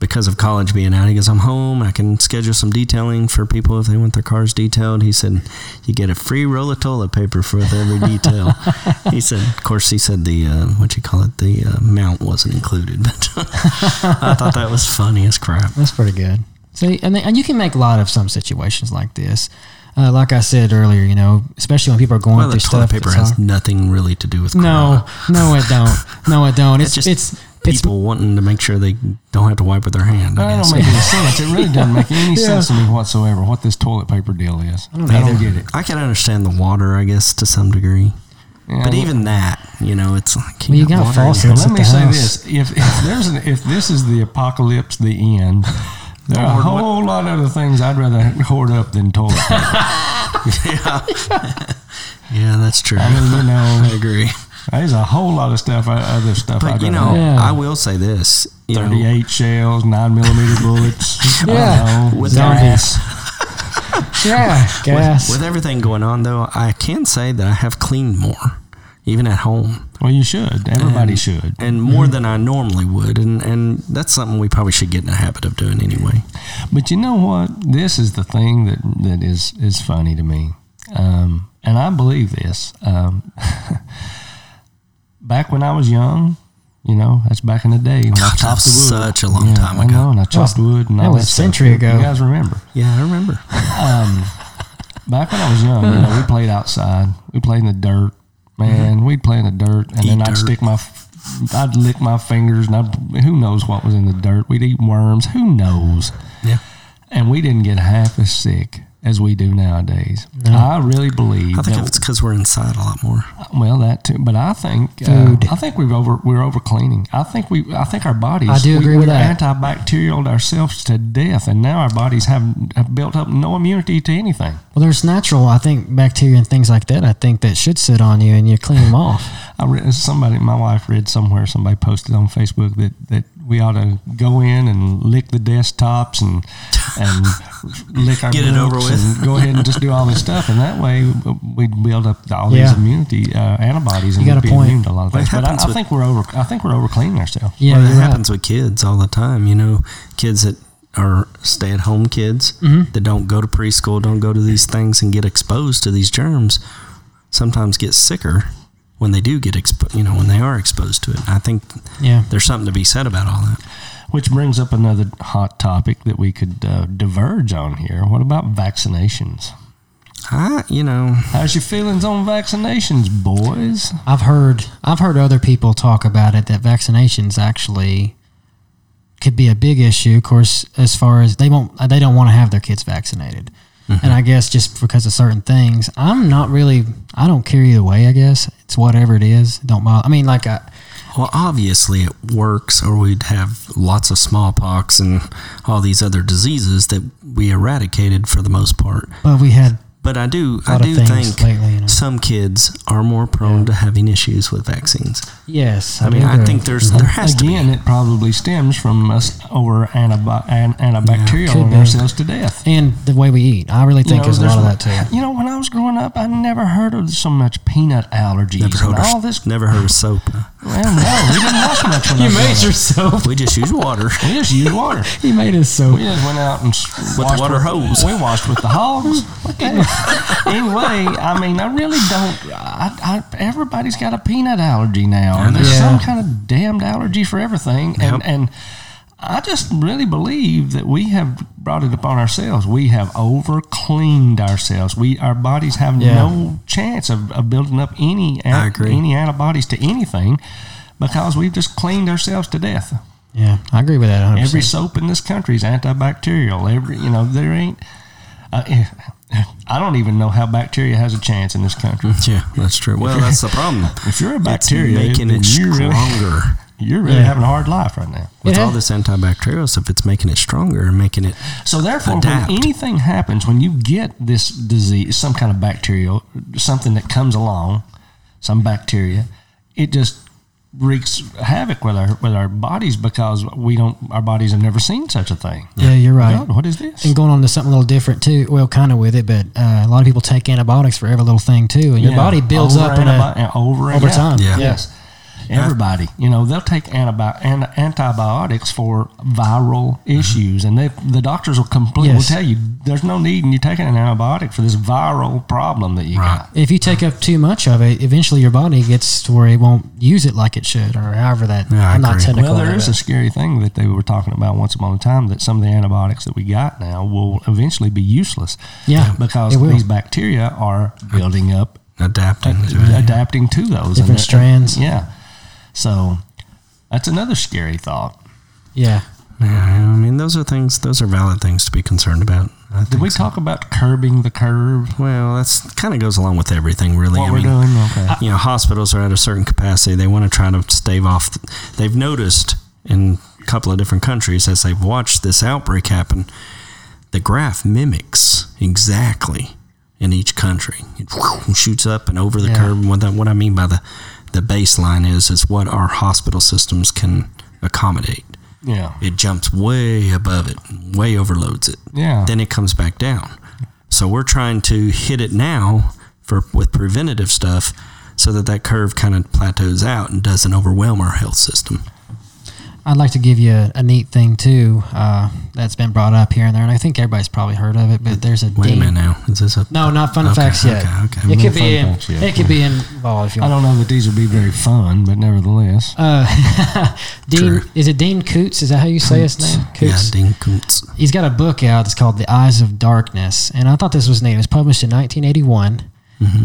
B: because of college being out. He goes, I'm home. I can schedule some detailing for people if they want their cars detailed. He said, you get a free roll of toilet paper for every detail. he said, of course, he said the uh, what you call it, the uh, mount wasn't included. But I thought that was funny as crap.
A: That's pretty good. See, and, they, and you can make light of some situations like this. Uh, like I said earlier, you know, especially when people are going
B: Well, the
A: through
B: toilet
A: stuff.
B: paper
A: that's
B: has
A: hard.
B: nothing really to do with
A: no,
B: corona.
A: no, it don't. No, it don't. It's
B: It's just
A: it's it's
B: people wanting to make sure they don't have to wipe with their hand. I
C: That
B: guess.
C: don't make any sense. It really doesn't make any sense to me whatsoever what this toilet paper deal is. I don't,
A: either.
C: get it.
B: I can understand the water, I guess, to some degree.
C: Yeah,
B: But
C: well-
B: even that, you know, it's like
A: Well, you got
B: water in
A: false
B: your-
A: It's
C: Let
A: at
C: me
A: the
C: say
A: house.
C: this: if, if there's an, if this is the apocalypse, the end, there are a
B: Lord, what-
C: whole lot of other things I'd rather hoard up than toilet paper.
B: Yeah, that's true.
C: I mean, you
B: I
C: know,
B: agree.
C: there's a whole lot of stuff, I- other stuff.
B: But
C: I'd
B: you know,
C: rather have.
A: Yeah.
B: I will say this. You know,
C: thirty-eight shells, nine millimeter bullets.
A: Yeah.
C: I don't know,
B: With
A: zombies.
C: gas.
A: Yeah, gas.
B: with everything going on though, I can say that I have cleaned more, even at home,
C: Well, you should. Everybody
B: And-
C: should.
B: and more than I normally would, and and that's something we probably should get in the habit of doing anyway.
C: But you know what? This is the thing that, that is, is funny to me. Um, and I believe this. Um, back when I was young, you know, that's back in the day. When I
B: God,
C: chopped
B: that was
C: the wood.
B: such a long time
C: I know,
B: ago.
C: and I chopped wood. And
A: that
C: all
A: was a
C: stuff.
A: century ago.
C: You guys remember.
B: Yeah, I remember.
C: Back when I was young, you know, we played outside. We played in the dirt. Man,
A: Mm-hmm.
C: we'd play in the dirt. And
B: Eat
C: then I'd
B: dirt.
C: stick my... f- I'd lick my fingers, and I'd, who knows what was in the dirt. We'd eat worms. Who knows?
B: Yeah,
C: and we didn't get half as sick as we do nowadays. I really believe
B: I think
C: that,
B: it's because we're inside a lot more.
C: well that too, but I think uh,
A: Food.
C: I think we've over we're over cleaning. I think we I think our bodies
A: I do
C: we,
A: agree with
C: we're
A: that.
C: antibacterial ourselves to death, and now our bodies have, have built up no immunity to anything.
A: Well, there's natural, I think, bacteria and things like that. I think that should sit on you and you clean them off.
C: I read somebody, my wife read somewhere, somebody posted on Facebook that, that we ought to go in and lick the desktops and and lick our
B: Get it over
C: books
B: with.
C: and go ahead and just do all this stuff, and that way we build up all these
A: Yeah.
C: immunity uh, antibodies and
A: You got
C: we'd
A: a
C: be
A: point.
C: immune to a lot of
B: Well, it
C: things. But I,
B: happens
C: I
B: with-
C: think we're over. I think we're over cleaning ourselves.
A: Yeah,
B: well, it
A: you're right.
B: happens with kids all the time. You know, kids that are stay-at-home kids
A: Mm-hmm.
B: that don't go to preschool, don't go to these things, and get exposed to these germs. Sometimes get sicker when they do get exposed. You know, when they are exposed to it. I think
A: Yeah.
B: there's something to be said about all that.
C: Which brings up another hot topic that we could uh, diverge on here. What about vaccinations?
B: I, you know,
C: How's your feelings on vaccinations, boys?
A: I've heard I've heard other people talk about it that vaccinations actually could be a big issue. Of course, as far as they won't they don't want to have their kids vaccinated,
B: Mm-hmm.
A: and I guess just because of certain things, I'm not really I don't care either way. I guess it's whatever it is. Don't bother. I mean, like uh, I,
B: well, obviously it works, or we'd have lots of smallpox and all these other diseases that we eradicated for the most part.
A: but we had
B: But I do,
A: A
B: I
A: lot of
B: do
A: things
B: think
A: lately, you know.
B: some kids are more prone to having issues with vaccines.
A: yes. Mm-hmm.
B: I mean,
A: do
B: I
A: agree.
B: think there's there has
C: Mhm. Again,
B: to
C: it probably stems from us over antibi- an- antibacterial
A: could
C: on
A: be.
C: ourselves to death.
A: and the way we eat. I really think
C: know,
A: there's a lot of that
C: there's-
A: too.
C: You know, when I was growing up, I never heard of so much peanut allergies
B: be. Never heard,
C: and all
B: of,
C: this.
B: never heard of soap.
C: Well, no, we didn't have much when I was growing up.
A: yourself.
B: we just use water.
C: We just used water.
A: He made us so.
C: We just went out and s-
B: With
C: washed
B: water hose.
C: We washed with the hogs. Okay. anyway, I mean, I really don't. I, I, everybody's got a peanut allergy now, and there's
A: Yeah.
C: some kind of damned allergy for everything.
B: Yep.
C: And and I just really believe that we have brought it upon ourselves. We have over cleaned ourselves. We our bodies have
A: Yeah.
C: no chance of, of building up any
B: I
C: an,
B: agree.
C: any antibodies to anything because we've just cleaned ourselves to death.
A: Yeah, I agree with that. 100
C: Every soap in this country is antibacterial. Every you know there ain't. I I don't even know how bacteria has a chance in this country.
B: Yeah, that's true. Well, that's the problem.
C: If you're a
B: It's
C: bacteria,
B: making
C: then
B: it
C: you
B: stronger
C: really, you're really
A: Yeah.
C: having a hard life right now.
B: with
A: It
B: all
A: has-
B: this antibacterial stuff. It's making it stronger and making it.
C: So therefore,
B: Adapt.
C: when anything happens, when you get this disease, some kind of bacterial, something that comes along, some bacteria, it just wreaks havoc with our with our bodies because we don't our bodies have never seen such a thing.
A: Yeah, you're right.
C: God, what is this?
A: And going on to something a little different too. Well, kind of with it, but uh, a lot of people take antibiotics for every little thing too, and your
C: Yeah.
A: body builds
C: Over
A: up in a,
C: antibi- over
A: over
C: yeah.
A: time.
B: Yeah.
C: Yes. Everybody, you know, they'll take antibi- an- antibiotics for viral issues, and they, the doctors will completely
A: Mm-hmm. Yes.
C: will tell you there's no need in you taking an antibiotic for this viral problem that you got.
A: If you take up too much of it, eventually your body gets to where it won't use it like it should, or however that.
B: Yeah, I
A: I'm not
B: agree.
A: technical.
C: Well, there
A: on
C: is
A: it.
C: a scary thing that they were talking about once upon a time that some of the antibiotics that we got now will eventually be useless.
A: Yeah,
C: because
A: it will.
C: these bacteria are building up
B: Adapting to it.
C: adapting to those
A: Different
C: and-
A: strands.
C: Yeah, so that's another scary thought.
A: yeah.
B: Yeah, I mean, those are things. Those are valid things to be concerned about. I
C: Did
B: think
C: we
B: so.
C: talk about curbing the curve?
B: Well, that's kind of goes along with everything, really.
C: What
B: I
C: we're
B: mean,
C: doing? Okay.
B: Uh, you know, hospitals are at a certain capacity. They want to try to stave off. They've noticed in a couple of different countries as they've watched this outbreak happen, the graph mimics exactly in each country. It shoots up and over the
A: Yeah.
B: curve. What, that, what I mean by the the baseline is is what our hospital systems can accommodate.
C: Yeah.
B: It jumps way above it, way overloads it
C: Yeah.
B: then it comes back down. So we're trying to hit it now for with preventative stuff so that that curve kind of plateaus out and doesn't overwhelm our health system.
A: I'd like to give you a, a neat thing too uh, that's been brought up here and there, and I think everybody's probably heard of it. But there's a
B: Wait
A: dean-
B: a minute now. Is this a
A: No, not fun
B: Okay,
A: facts yet.
B: okay, okay.
A: It
C: No
A: could be
C: fun
A: in,
C: facts yet.
A: it could be involved if you
C: I
A: want.
C: don't know that these would be very fun, but nevertheless,
A: Uh, Dean,
B: True.
A: is it Dean Coots? Is that how you say his name? Coots.
B: Yeah, Dean Koontz.
A: he's got a book out that's called The Eyes of Darkness, and I thought this was neat. It was published in 1981,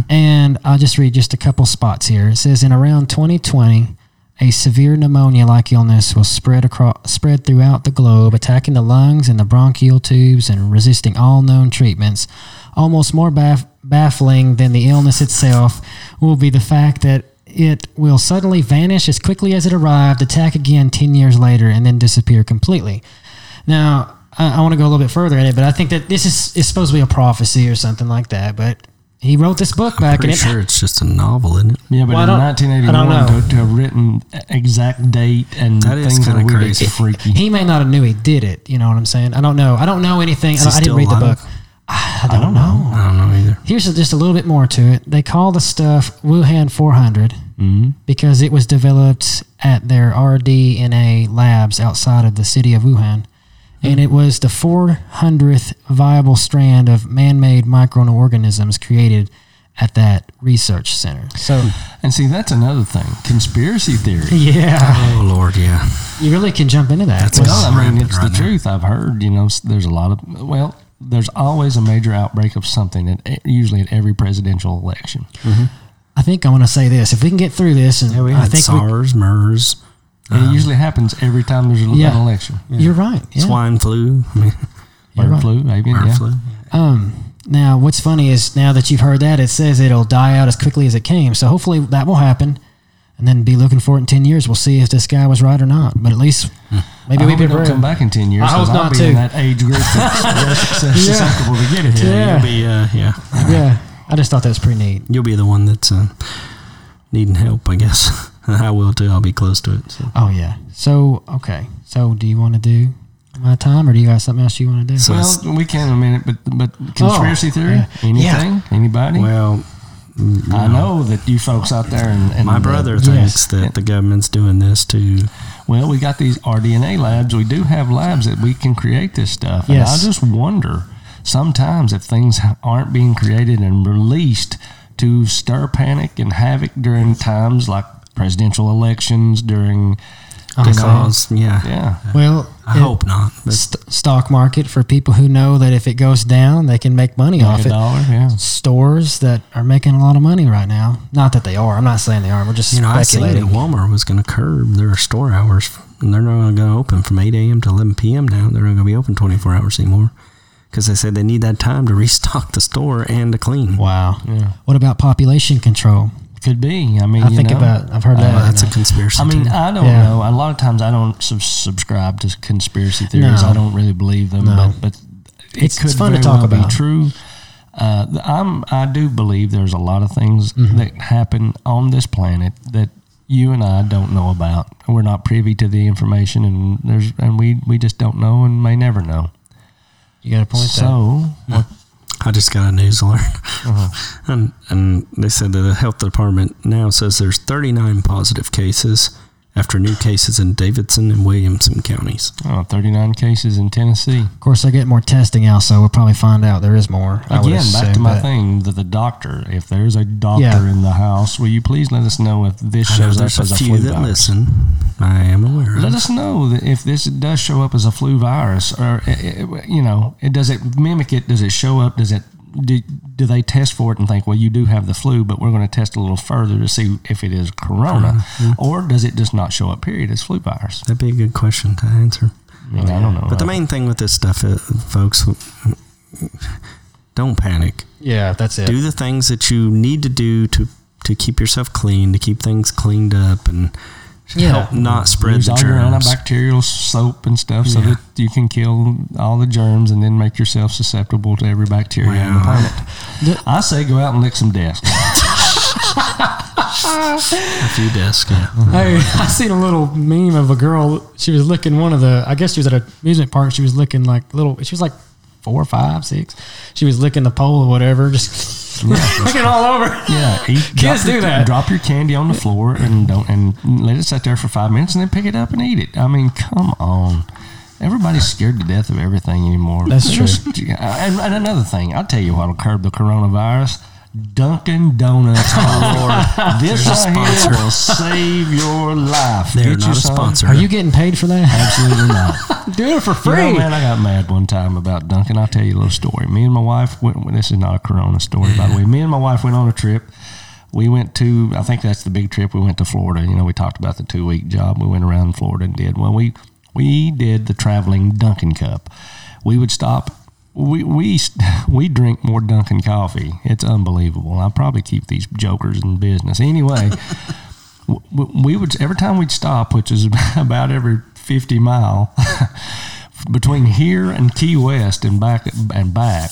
A: and I'll just read just a couple spots here. It says in around 2020, a severe pneumonia-like illness was spread across spread throughout the globe, attacking the lungs and the bronchial tubes, and resisting all known treatments. Almost more baff- baffling than the illness itself will be the fact that. It will suddenly vanish as quickly as it arrived, attack again 10 years later, and then disappear completely. Now, I, I want to go a little bit further in it, but I think that this is, is supposed to be a prophecy or something like that. But he wrote this book back in
B: Pretty
A: it.
B: sure it's just a novel, isn't it?
C: yeah, but
A: Well, I
C: in
A: don't- I
C: 1981
A: don't know.
C: to, to have written exact date and
B: That is
C: things that
B: kinda
C: are weird,
B: crazy.
C: it's freaky.
A: He may not have knew he did it. You know what I'm saying? I don't know. I don't know anything. I,
B: he
A: don't- I didn't
B: still
A: read the
B: alive?
A: book. I don't, know.
B: I don't know either.
A: Here's a- just a little bit more to it. They call the stuff Wuhan 400
B: Mm-hmm.
A: because it was developed at their RDNA labs outside of the city of Wuhan. And it was the 400th viable strand of man made microorganisms created at that research center. So,
C: And see, that's another thing: conspiracy theory.
A: yeah,
B: Oh Lord, yeah.
A: you really can jump into that.
B: That's
A: Well,
C: Well, I mean,
B: rampant
C: it's
B: right
C: the
B: now.
C: truth. I've heard. You know, s- there's a lot of well, there's always a major outbreak of something, at, e- usually at every presidential election.
A: I think I want to say this. If we can get through this, and
B: We
A: I
B: had
A: think we-
B: SARS, MERS,
C: And it usually happens every time there's an
A: Uh-huh. Yeah.
C: election.
A: you're right. Yeah.
B: swine flu, I mean,
A: You're
C: Bird
A: right.
C: flu, avian,
B: bird
C: yeah.
B: flu.
A: Um, now, what's funny is now that you've heard that, it says it'll die out as quickly as it came. So hopefully that will happen, and then be looking for it in ten years. We'll see if this guy was right or not. But at least maybe
C: I
A: we
C: hope it
A: can
C: don't come back in ten years.
A: I hope
C: 'cause I'll
A: not,
C: be
A: too.
C: in that age group that's less susceptible to get it.
A: Yeah.
B: You'll be, uh, yeah,
A: Yeah, I just thought that was pretty neat.
B: you'll be the one that's uh, needing help, I guess. I will too. I'll be close to it. So.
A: Oh yeah. So okay. So do you want to do my time, or do you got something else you want to do?
B: So-
C: Well, we can in a minute, but but conspiracy
A: Oh,
C: theory,
A: yeah.
C: anything, anybody.
B: Well,
C: I know that you folks out there and, and
B: My brother
A: Yes.
B: thinks that the government's doing this to
C: Well, we got these rDNA labs. We do have labs that we can create this stuff. And
A: Yes.
C: I just wonder sometimes if things ha- aren't being created and released to stir panic and havoc during times like presidential elections, during,
A: Okay.
B: cause. Yeah,
C: yeah.
A: Well,
B: I
A: it-
B: hope not. But
A: St- stock market for people who know that if it goes down, they can make money off
C: Like a
A: it.
C: dollar, yeah.
A: Stores that are making a lot of money right now. Not that they are. I'm not saying they are. We're just
B: you know, I seen that
A: speculating.
B: Walmart was going to curb their store hours, and they're not going to open from eight a.m. to eleven p.m. Now they're not going to be open twenty four hours anymore because they said they need that time to restock the store and to clean.
A: Wow. What about population control?
C: Could be. I mean,
A: I
C: you
A: think
C: know, Uh,
A: about. I've heard
B: Well,
A: that.
B: that's a conspiracy.
C: I mean, uh,
B: too.
C: I don't
A: Yeah.
C: know. A lot of times, I don't sub- subscribe to conspiracy theories.
A: No.
C: I don't really believe them.
A: No.
C: But, but it
A: It's-
C: could
A: it's fun to
C: very
A: talk
C: well
A: about.
C: be true. Uh, th- I'm. I do believe there's a lot of things
A: Mm-hmm.
C: that happen on this planet that you and I don't know about. We're not privy to the information, and there's and we we just don't know and may never know.
A: you got a point there.
C: So what,
B: I just got a news alert,
C: Uh-huh.
B: and and they said that the health department now says there's 39 positive cases after new cases in Davidson and Williamson counties.
C: oh, 39 cases in Tennessee.
A: Of course, I get more testing out, so we'll probably find out there is more. I would
C: Again, back to
A: assume,
C: my
A: but-
C: thing that the doctor, if there's a doctor
A: Yeah.
C: in the house, will you please let us know if this
B: I know
C: shows up
B: there's
C: as
B: a
C: a
B: few
C: flu
B: that
C: virus?
B: listen. I am aware. of.
C: Let us know that if this does show up as a flu virus, or uh, you know, it does it mimic it? Does it show up? Does it? Do, do they test for it and think, well, you do have the flu, but we're going to test a little further to see if it is corona,
B: Uh-huh.
C: or does it just not show up? Period, as flu virus.
B: That'd be a good question to answer.
C: I mean, I don't know.
B: But the main thing with this stuff, uh, folks, don't panic.
A: Yeah, that's it.
B: Do the things that you need to do to to keep yourself clean, to keep things cleaned up, and
A: yeah.
B: help not spread
C: Use
B: the
C: all your
B: germs.
C: antibacterial soap and stuff so
B: Yeah.
C: that you can kill all the germs and then make yourself susceptible to every bacteria on the
B: Wow.
C: planet. I say go out and lick some desks.
B: A few desks. Yeah.
A: Hey, I seen a little meme of a girl. She was licking one of the. I guess she was at an amusement park. She was licking like little. She was like four, five, six. She was licking the pole or whatever, just licking all over.
C: Yeah, eat,
A: Kids
C: drop your-
A: do that.
C: Drop your candy on the floor and don't and let it sit there for five minutes and then pick it up and eat it. I mean, come on. Everybody's scared to death of everything anymore.
A: That's true.
C: true. And, and another thing, I'll tell you what'll curb the coronavirus. Dunkin' Donuts. Oh, Lord. This
B: They're a
C: right here
B: sponsor.
C: will save your life.
B: They're
C: Get you
B: not a
C: some.
B: sponsor.
A: Are you getting paid for that?
C: Absolutely not.
A: Do it for
C: You
A: free.
C: know, man, I got mad one time about Duncan. I'll tell you a little story. Me and my wife went. well, This is not a Corona story, by the way. Me and my wife went on a trip. We went to. I think that's the big trip. We went to Florida. You know, we talked about the two week job. We went around Florida and did. Well, we we did the traveling Duncan Cup. We would stop. We we we drink more Dunkin' coffee. It's unbelievable. I probably keep these jokers in business anyway. w- w- we would every time we'd stop, which is about every fifty mile between here and Key West and back and back.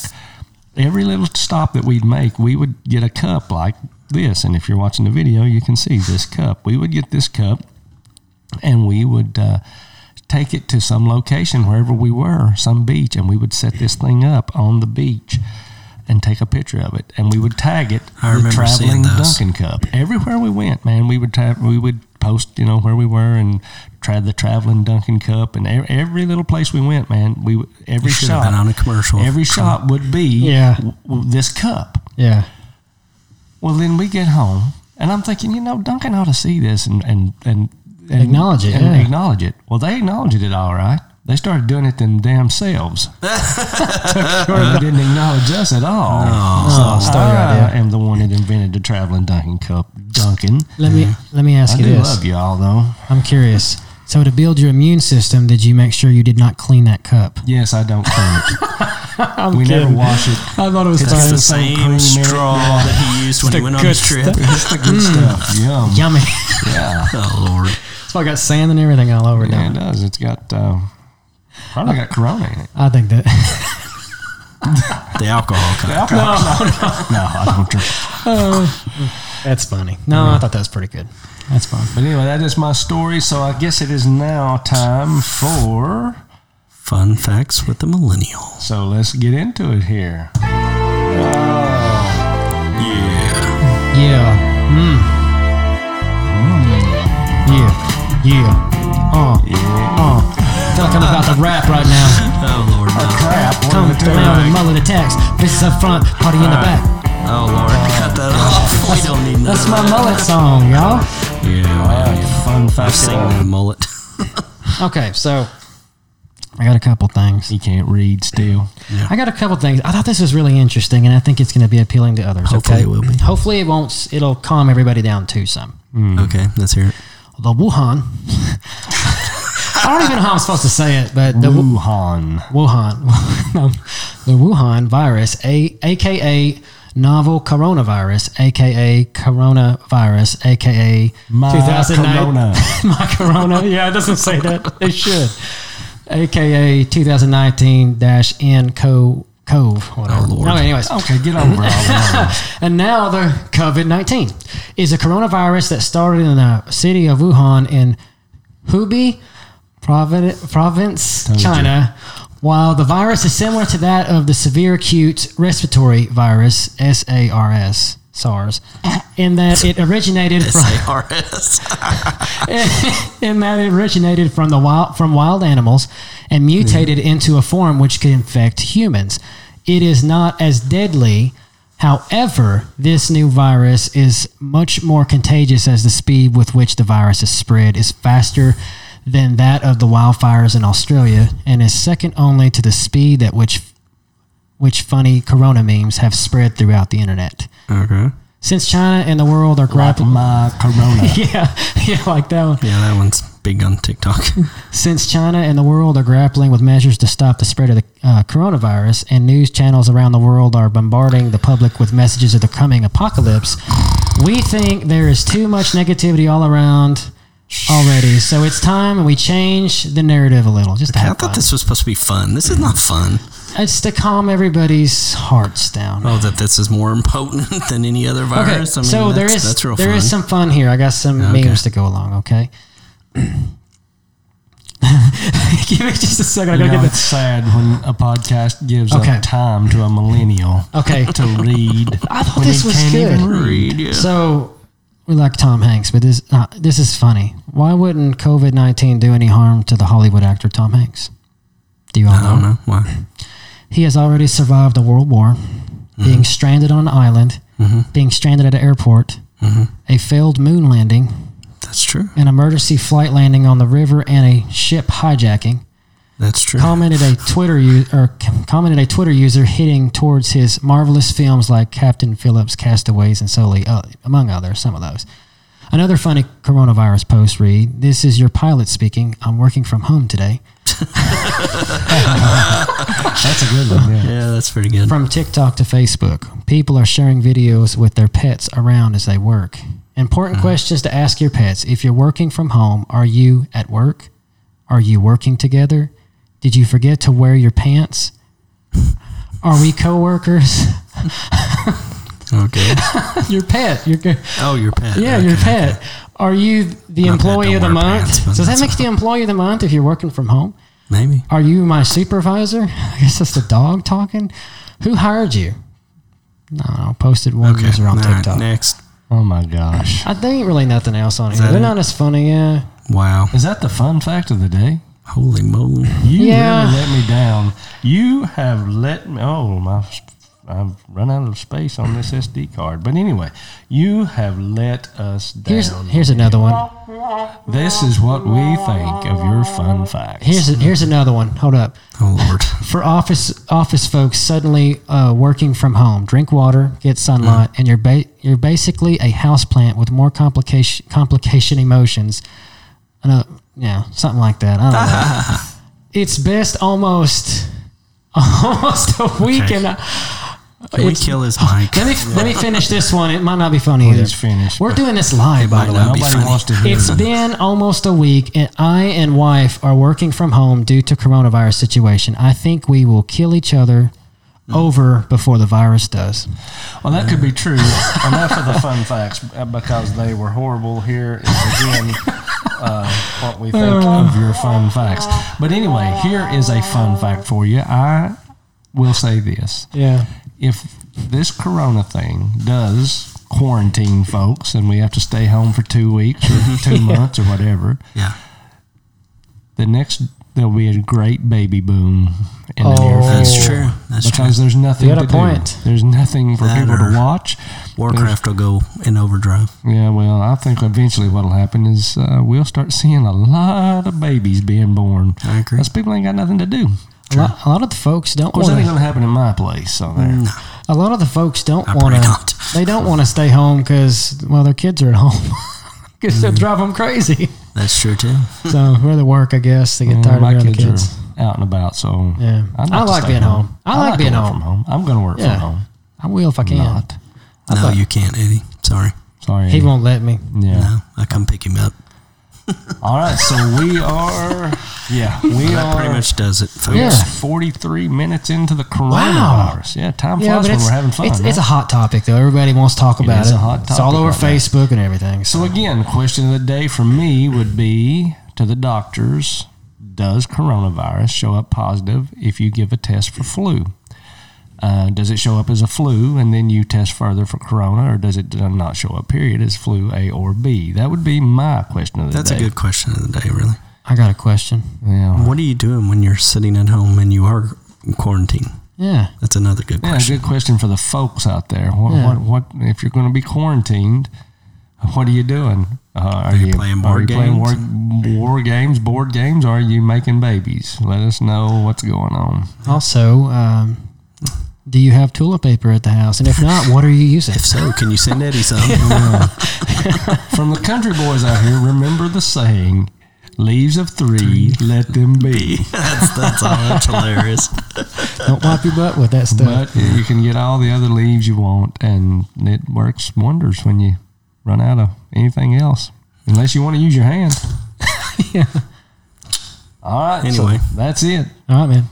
C: Every little stop that we'd make, we would get a cup like this. And if you're watching the video, you can see this cup. We would get this cup, and we would uh, take it to some location wherever we were, some beach, and we would set this thing up on the beach and take a picture of it, and we would tag it
B: I
C: the
B: remember seeing
C: traveling
B: those.
C: Dunkin' Cup. Everywhere we went, man, we would tra- we would post, you know, where we were and try the traveling Dunkin' Cup, and every, every little place we went, man, we would- every
B: You should have
C: shop
B: been on a commercial.
C: every shop would be
A: Yeah.
C: w- w- this cup.
A: yeah.
C: Well, then we get home, and I'm thinking, you know, Duncan ought to see this and and and, and
A: Acknowledge it,
C: and
A: yeah.
C: acknowledge it. Well, they acknowledged it all right. They started doing it them damn selves. they didn't acknowledge us at all. so
A: Ah.
C: I am the one that invented the traveling Dunkin' cup. Duncan,
A: Let me let me ask
C: I
A: you
C: do
A: this.
C: love y'all though.
A: I'm curious. So to build your immune system, did you make sure you did not clean that cup?
C: Yes, I don't clean it. we never wash it.
A: I thought it was
B: It's the
C: It's some cream in
B: same
C: it.
B: straw that he used when he
A: the
B: went on
A: good
B: his trip.
C: It's the good stuff. Yum.
A: Yummy.
C: Yeah.
B: Oh Lord!
A: so I got sand and everything all over it.
C: Yeah,
A: now.
C: it does. It's got uh, probably got Corona in it.
A: I think that.
B: The alcohol. kind.
C: No, no, I don't drink.
A: That's funny. No, I thought that was pretty good. That's fun.
C: But anyway, that is my story. So I guess it is now time for.
B: Fun facts with the millennials.
C: So let's get into it here.
B: Yeah.
A: Yeah. Mm. Yeah. Yeah. Uh. Uh. Talking about the rap right now.
B: Oh Lord! No.
C: Crap! what
A: Come
C: did I do?
A: around and mullet attacks. Bitches up front, party in the back.
B: Oh Lord! Cut that off. We don't need
A: That's my
B: that.
A: mullet song, y'all.
B: Yeah.
C: All
B: Man.
C: right, Fun
B: I've
C: fact.
B: seen
C: uh,
B: that mullet.
A: Okay, so I got a couple things.
C: He can't read still.
A: I got a couple things. I thought this was really interesting, and I think it's going to be appealing to others.
B: Hopefully
A: okay?
B: it will be.
A: Hopefully, it won't. It'll calm everybody down too some.
B: Okay, let's hear it.
A: The Wuhan. I don't even know how I'm supposed to say it, but the
C: Wuhan.
A: Wuhan, no, the Wuhan virus, a, aka novel coronavirus, aka coronavirus, aka
C: My
A: 2009
C: corona.
A: my corona. Yeah, it doesn't say that. It should. AKA 2019 dash N Co Cove. Whatever.
B: Oh, Lord.
A: No, anyways.
C: Okay, get over all that.
A: And now the COVID 19 is a coronavirus that started in the city of Wuhan in Hubei Provin- province,
C: you.
A: China. While the virus is similar to that of the severe acute respiratory virus, SARS, SARS, in that it originated from
B: S-A-R-S.
A: and that it originated from the wild from wild animals and mutated into a form which could infect humans. It is not as deadly. However, this new virus is much more contagious as the speed with which the virus is spread is faster than that of the wildfires in Australia and is second only to the speed at which which funny corona memes have spread throughout the internet.
B: Okay.
A: since China and the world are
C: Like
A: grappling.
C: my corona.
A: yeah, yeah, like that one.
B: Yeah, that one's big on TikTok.
A: Since China and the world are grappling with measures to stop the spread of the uh, coronavirus, and news channels around the world are bombarding the public with messages of the coming apocalypse, we think there is too much negativity all around already. So it's time we change the narrative a little. Just to
B: I
A: have fun.
B: thought this was supposed to be fun. This is not fun.
A: It's to calm everybody's hearts down.
B: Oh, that this is more potent than any other virus.
A: Okay,
B: I mean,
A: so there
B: that's-
A: is
B: that's real
A: there
B: fun.
A: is some fun here. I got some
B: Okay.
A: memes to go along. Okay, give me just a second. I
C: You
A: gotta
C: know,
A: get
C: it's sad when a podcast gives
A: Okay.
C: up time to a millennial
A: the okay.
C: to read.
A: I thought
C: when
A: Oh, this
C: he
A: was
C: can't
A: good.
C: even
B: Read, yeah.
A: So we like Tom Hanks, but this uh, this is funny. Why wouldn't COVID nineteen do any harm to the Hollywood actor Tom Hanks? Do you all
B: I
A: know?
B: don't know why.
A: He has already survived a world war, being stranded on an island, being stranded at an airport, a failed moon landing,
B: That's true.
A: an emergency flight landing on the river, and a ship hijacking.
B: That's true.
A: commented a Twitter u- or c- commented a Twitter user hitting towards his marvelous films like Captain Phillips, Castaways, and Sully, uh, among others. Some of those. Another funny coronavirus post read: "This is your pilot speaking. I'm working from home today."
C: That's a good one. Yeah.
B: yeah, that's pretty good.
A: From TikTok to Facebook, people are sharing videos with their pets around as they work. Important questions to ask your pets: If you're working from home, are you at work? Are you working together? Did you forget to wear your pants? Are we coworkers?
B: Okay.
A: your pet. Your g-
B: Oh, your pet.
A: yeah,
B: okay.
A: your pet. Are you the
B: My pet
A: employee
B: don't
A: of the
B: wear
A: month?
B: pants, but
A: Does that
B: that's
A: make you the employee of the month if you're working from home?
B: Maybe.
A: Are you my supervisor? I guess that's the dog talking. Who hired you? No, no. Posted one
B: Okay.
A: user on
B: All right,
A: TikTok.
B: next.
C: Oh my gosh.
A: I there ain't really nothing else on here.
B: that
A: They're
B: it?
A: not as funny. Yeah,
B: Wow.
C: Is that the fun fact of the day?
B: Holy moly.
C: You
A: Yeah.
C: really let me down. You have let me. Oh my! I've run out of space on this SD card. But anyway, you have let us down.
A: here's here's another one.
C: this is what we think of your fun facts.
A: Here's here's another one. Hold up.
B: Oh, Lord.
A: For office office folks suddenly uh, working from home, drink water, get sunlight, and you're ba- you're basically a houseplant with more complication complication emotions. I know, yeah, something like that. I don't know. It's best almost almost a week
B: Okay.
A: and a-
B: Can we
A: It's-
B: kill his mic?
A: let me let me finish this one. It might not be funny
C: Please
A: either.
C: finish.
A: We're doing this live, by the way.
B: That'd be
C: Nobody
B: funny.
C: wants to hear
A: It's
C: it.
A: been almost a week, and I and wife are working from home due to coronavirus situation. I think we will kill each other
C: Mm.
A: over before the virus does.
C: Well, that could be true. Enough of the fun facts uh, because they were horrible. Here is again uh, what we think of your fun facts. But anyway, here is a fun fact for you. I will say this
A: Yeah.
C: if this corona thing does quarantine folks and we have to stay home for two weeks or two months or whatever,
B: Yeah.
C: the next there'll be a great baby boom in the
A: Oh.
C: near future.
B: That's true. That's true.
C: Because there's nothing
A: You got
C: to
A: a point.
C: do. There's nothing for
B: That
C: people
B: or-
C: to watch.
B: Warcraft will go in overdrive.
C: Yeah, well, I think eventually what'll happen is uh, we'll start seeing a lot of babies being born.
B: I agree.
C: Because people ain't got nothing to do. Of
A: A lot, a lot of the folks don't
C: course, that ain't
A: want.
C: gonna happen in my place. So there.
A: A lot of the folks don't
B: I
A: want
B: pray not.
A: to. They don't want to stay home because well, their kids are at home. Because
C: Mm.
A: they'll drive them crazy.
B: That's true, too.
A: So where they work, I guess they get tired
C: Mm, my
A: of hearing
C: kids,
A: the kids.
C: are out and about, so
A: Yeah.
C: I'd
A: I
C: to
A: like
C: stay
A: being home. I like
C: to
A: being
C: work
A: home.
C: from home. I'm gonna work
A: Yeah.
C: from home.
A: I will if I can.
C: Not.
B: no, you can't, Eddie. Sorry.
C: Sorry.
A: He won't let me.
C: Yeah.
B: No, I come pick him up.
C: All right. So we are. Yeah, we
B: That pretty
C: are.
B: much does it, folks.
A: Yeah.
C: Forty-three minutes into the
A: Wow.
C: coronavirus. Yeah, time
A: Yeah,
C: flies
A: but
C: when
A: it's,
C: we're having fun.
A: it's,
C: right?
A: it's a hot topic though. Everybody wants to talk about it.
C: is a hot
A: It's all
C: topic
A: over
C: right now.
A: Facebook and everything.
C: So again, question of the day for me would be to the doctors: Does coronavirus show up positive if you give a test for flu? Uh, does it show up as a flu and then you test further for corona, or does it not show up? Period as flu A or B. That would be my question of the
B: That's
C: day.
B: a good question of the day, really.
A: I got a question.
C: yeah.
B: What are you doing when you're sitting at home and you are quarantined?
A: Yeah.
B: That's another good
C: Yeah,
B: question.
C: good question for the folks out there. What,
A: Yeah.
C: what, what if you're going to be quarantined? What are you doing? Uh, are,
B: you playing
C: are
B: board
C: you playing war, war games, board games? Or are you making babies? Let us know what's going on.
A: Also, um, do you have toilet paper at the house? And if not, what are you using?
B: If so, can you send Eddie some?
C: From the country boys out here, remember the saying, leaves of three, let them be.
B: that's that's all. That's hilarious.
A: Don't wipe your butt with that stuff.
C: But you can get all the other leaves you want, and it works wonders when you run out of anything else, unless you want to use your hand.
A: yeah.
C: All right. so
B: Anyway.
C: that's it.
A: All right, man.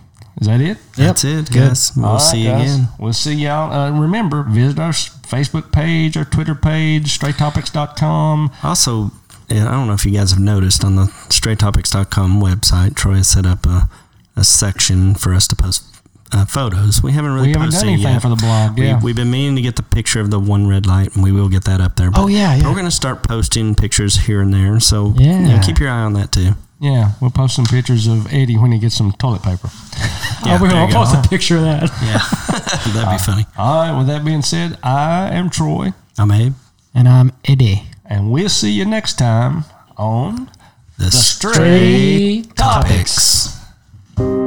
C: Is that it?
B: That's it, guys. We'll
C: All right,
B: see you
C: guys.
B: again.
C: We'll see y'all. Uh, remember, visit our s- Facebook page, our Twitter page, straighttopics.com.
B: Also, and I don't know if you guys have noticed on the straighttopics.com website, Troy has set up a, a section for us to post uh, photos. We haven't really
C: We haven't
B: posted
C: done
B: it
C: anything
B: yet.
C: for the blog. Yeah.
B: We, have been meaning to get the picture of the one red light, and we will get that up there.
A: Oh, yeah, yeah.
B: We're going to start posting pictures here and there, so you know,
A: Yeah.
B: keep your eye on that too.
C: yeah. We'll post some pictures of Eddie when he gets some toilet paper.
B: Yeah,
A: oh, we're
B: there
A: going
B: you
A: to
B: go.
A: post a picture of that.
B: That'd
C: Uh,
B: be funny.
C: All right. With that being said, I am Troy,
B: I'm Abe.
A: And I'm Eddie.
C: and we'll see you next time on
B: The
C: Straight
A: Topics.
C: Topics.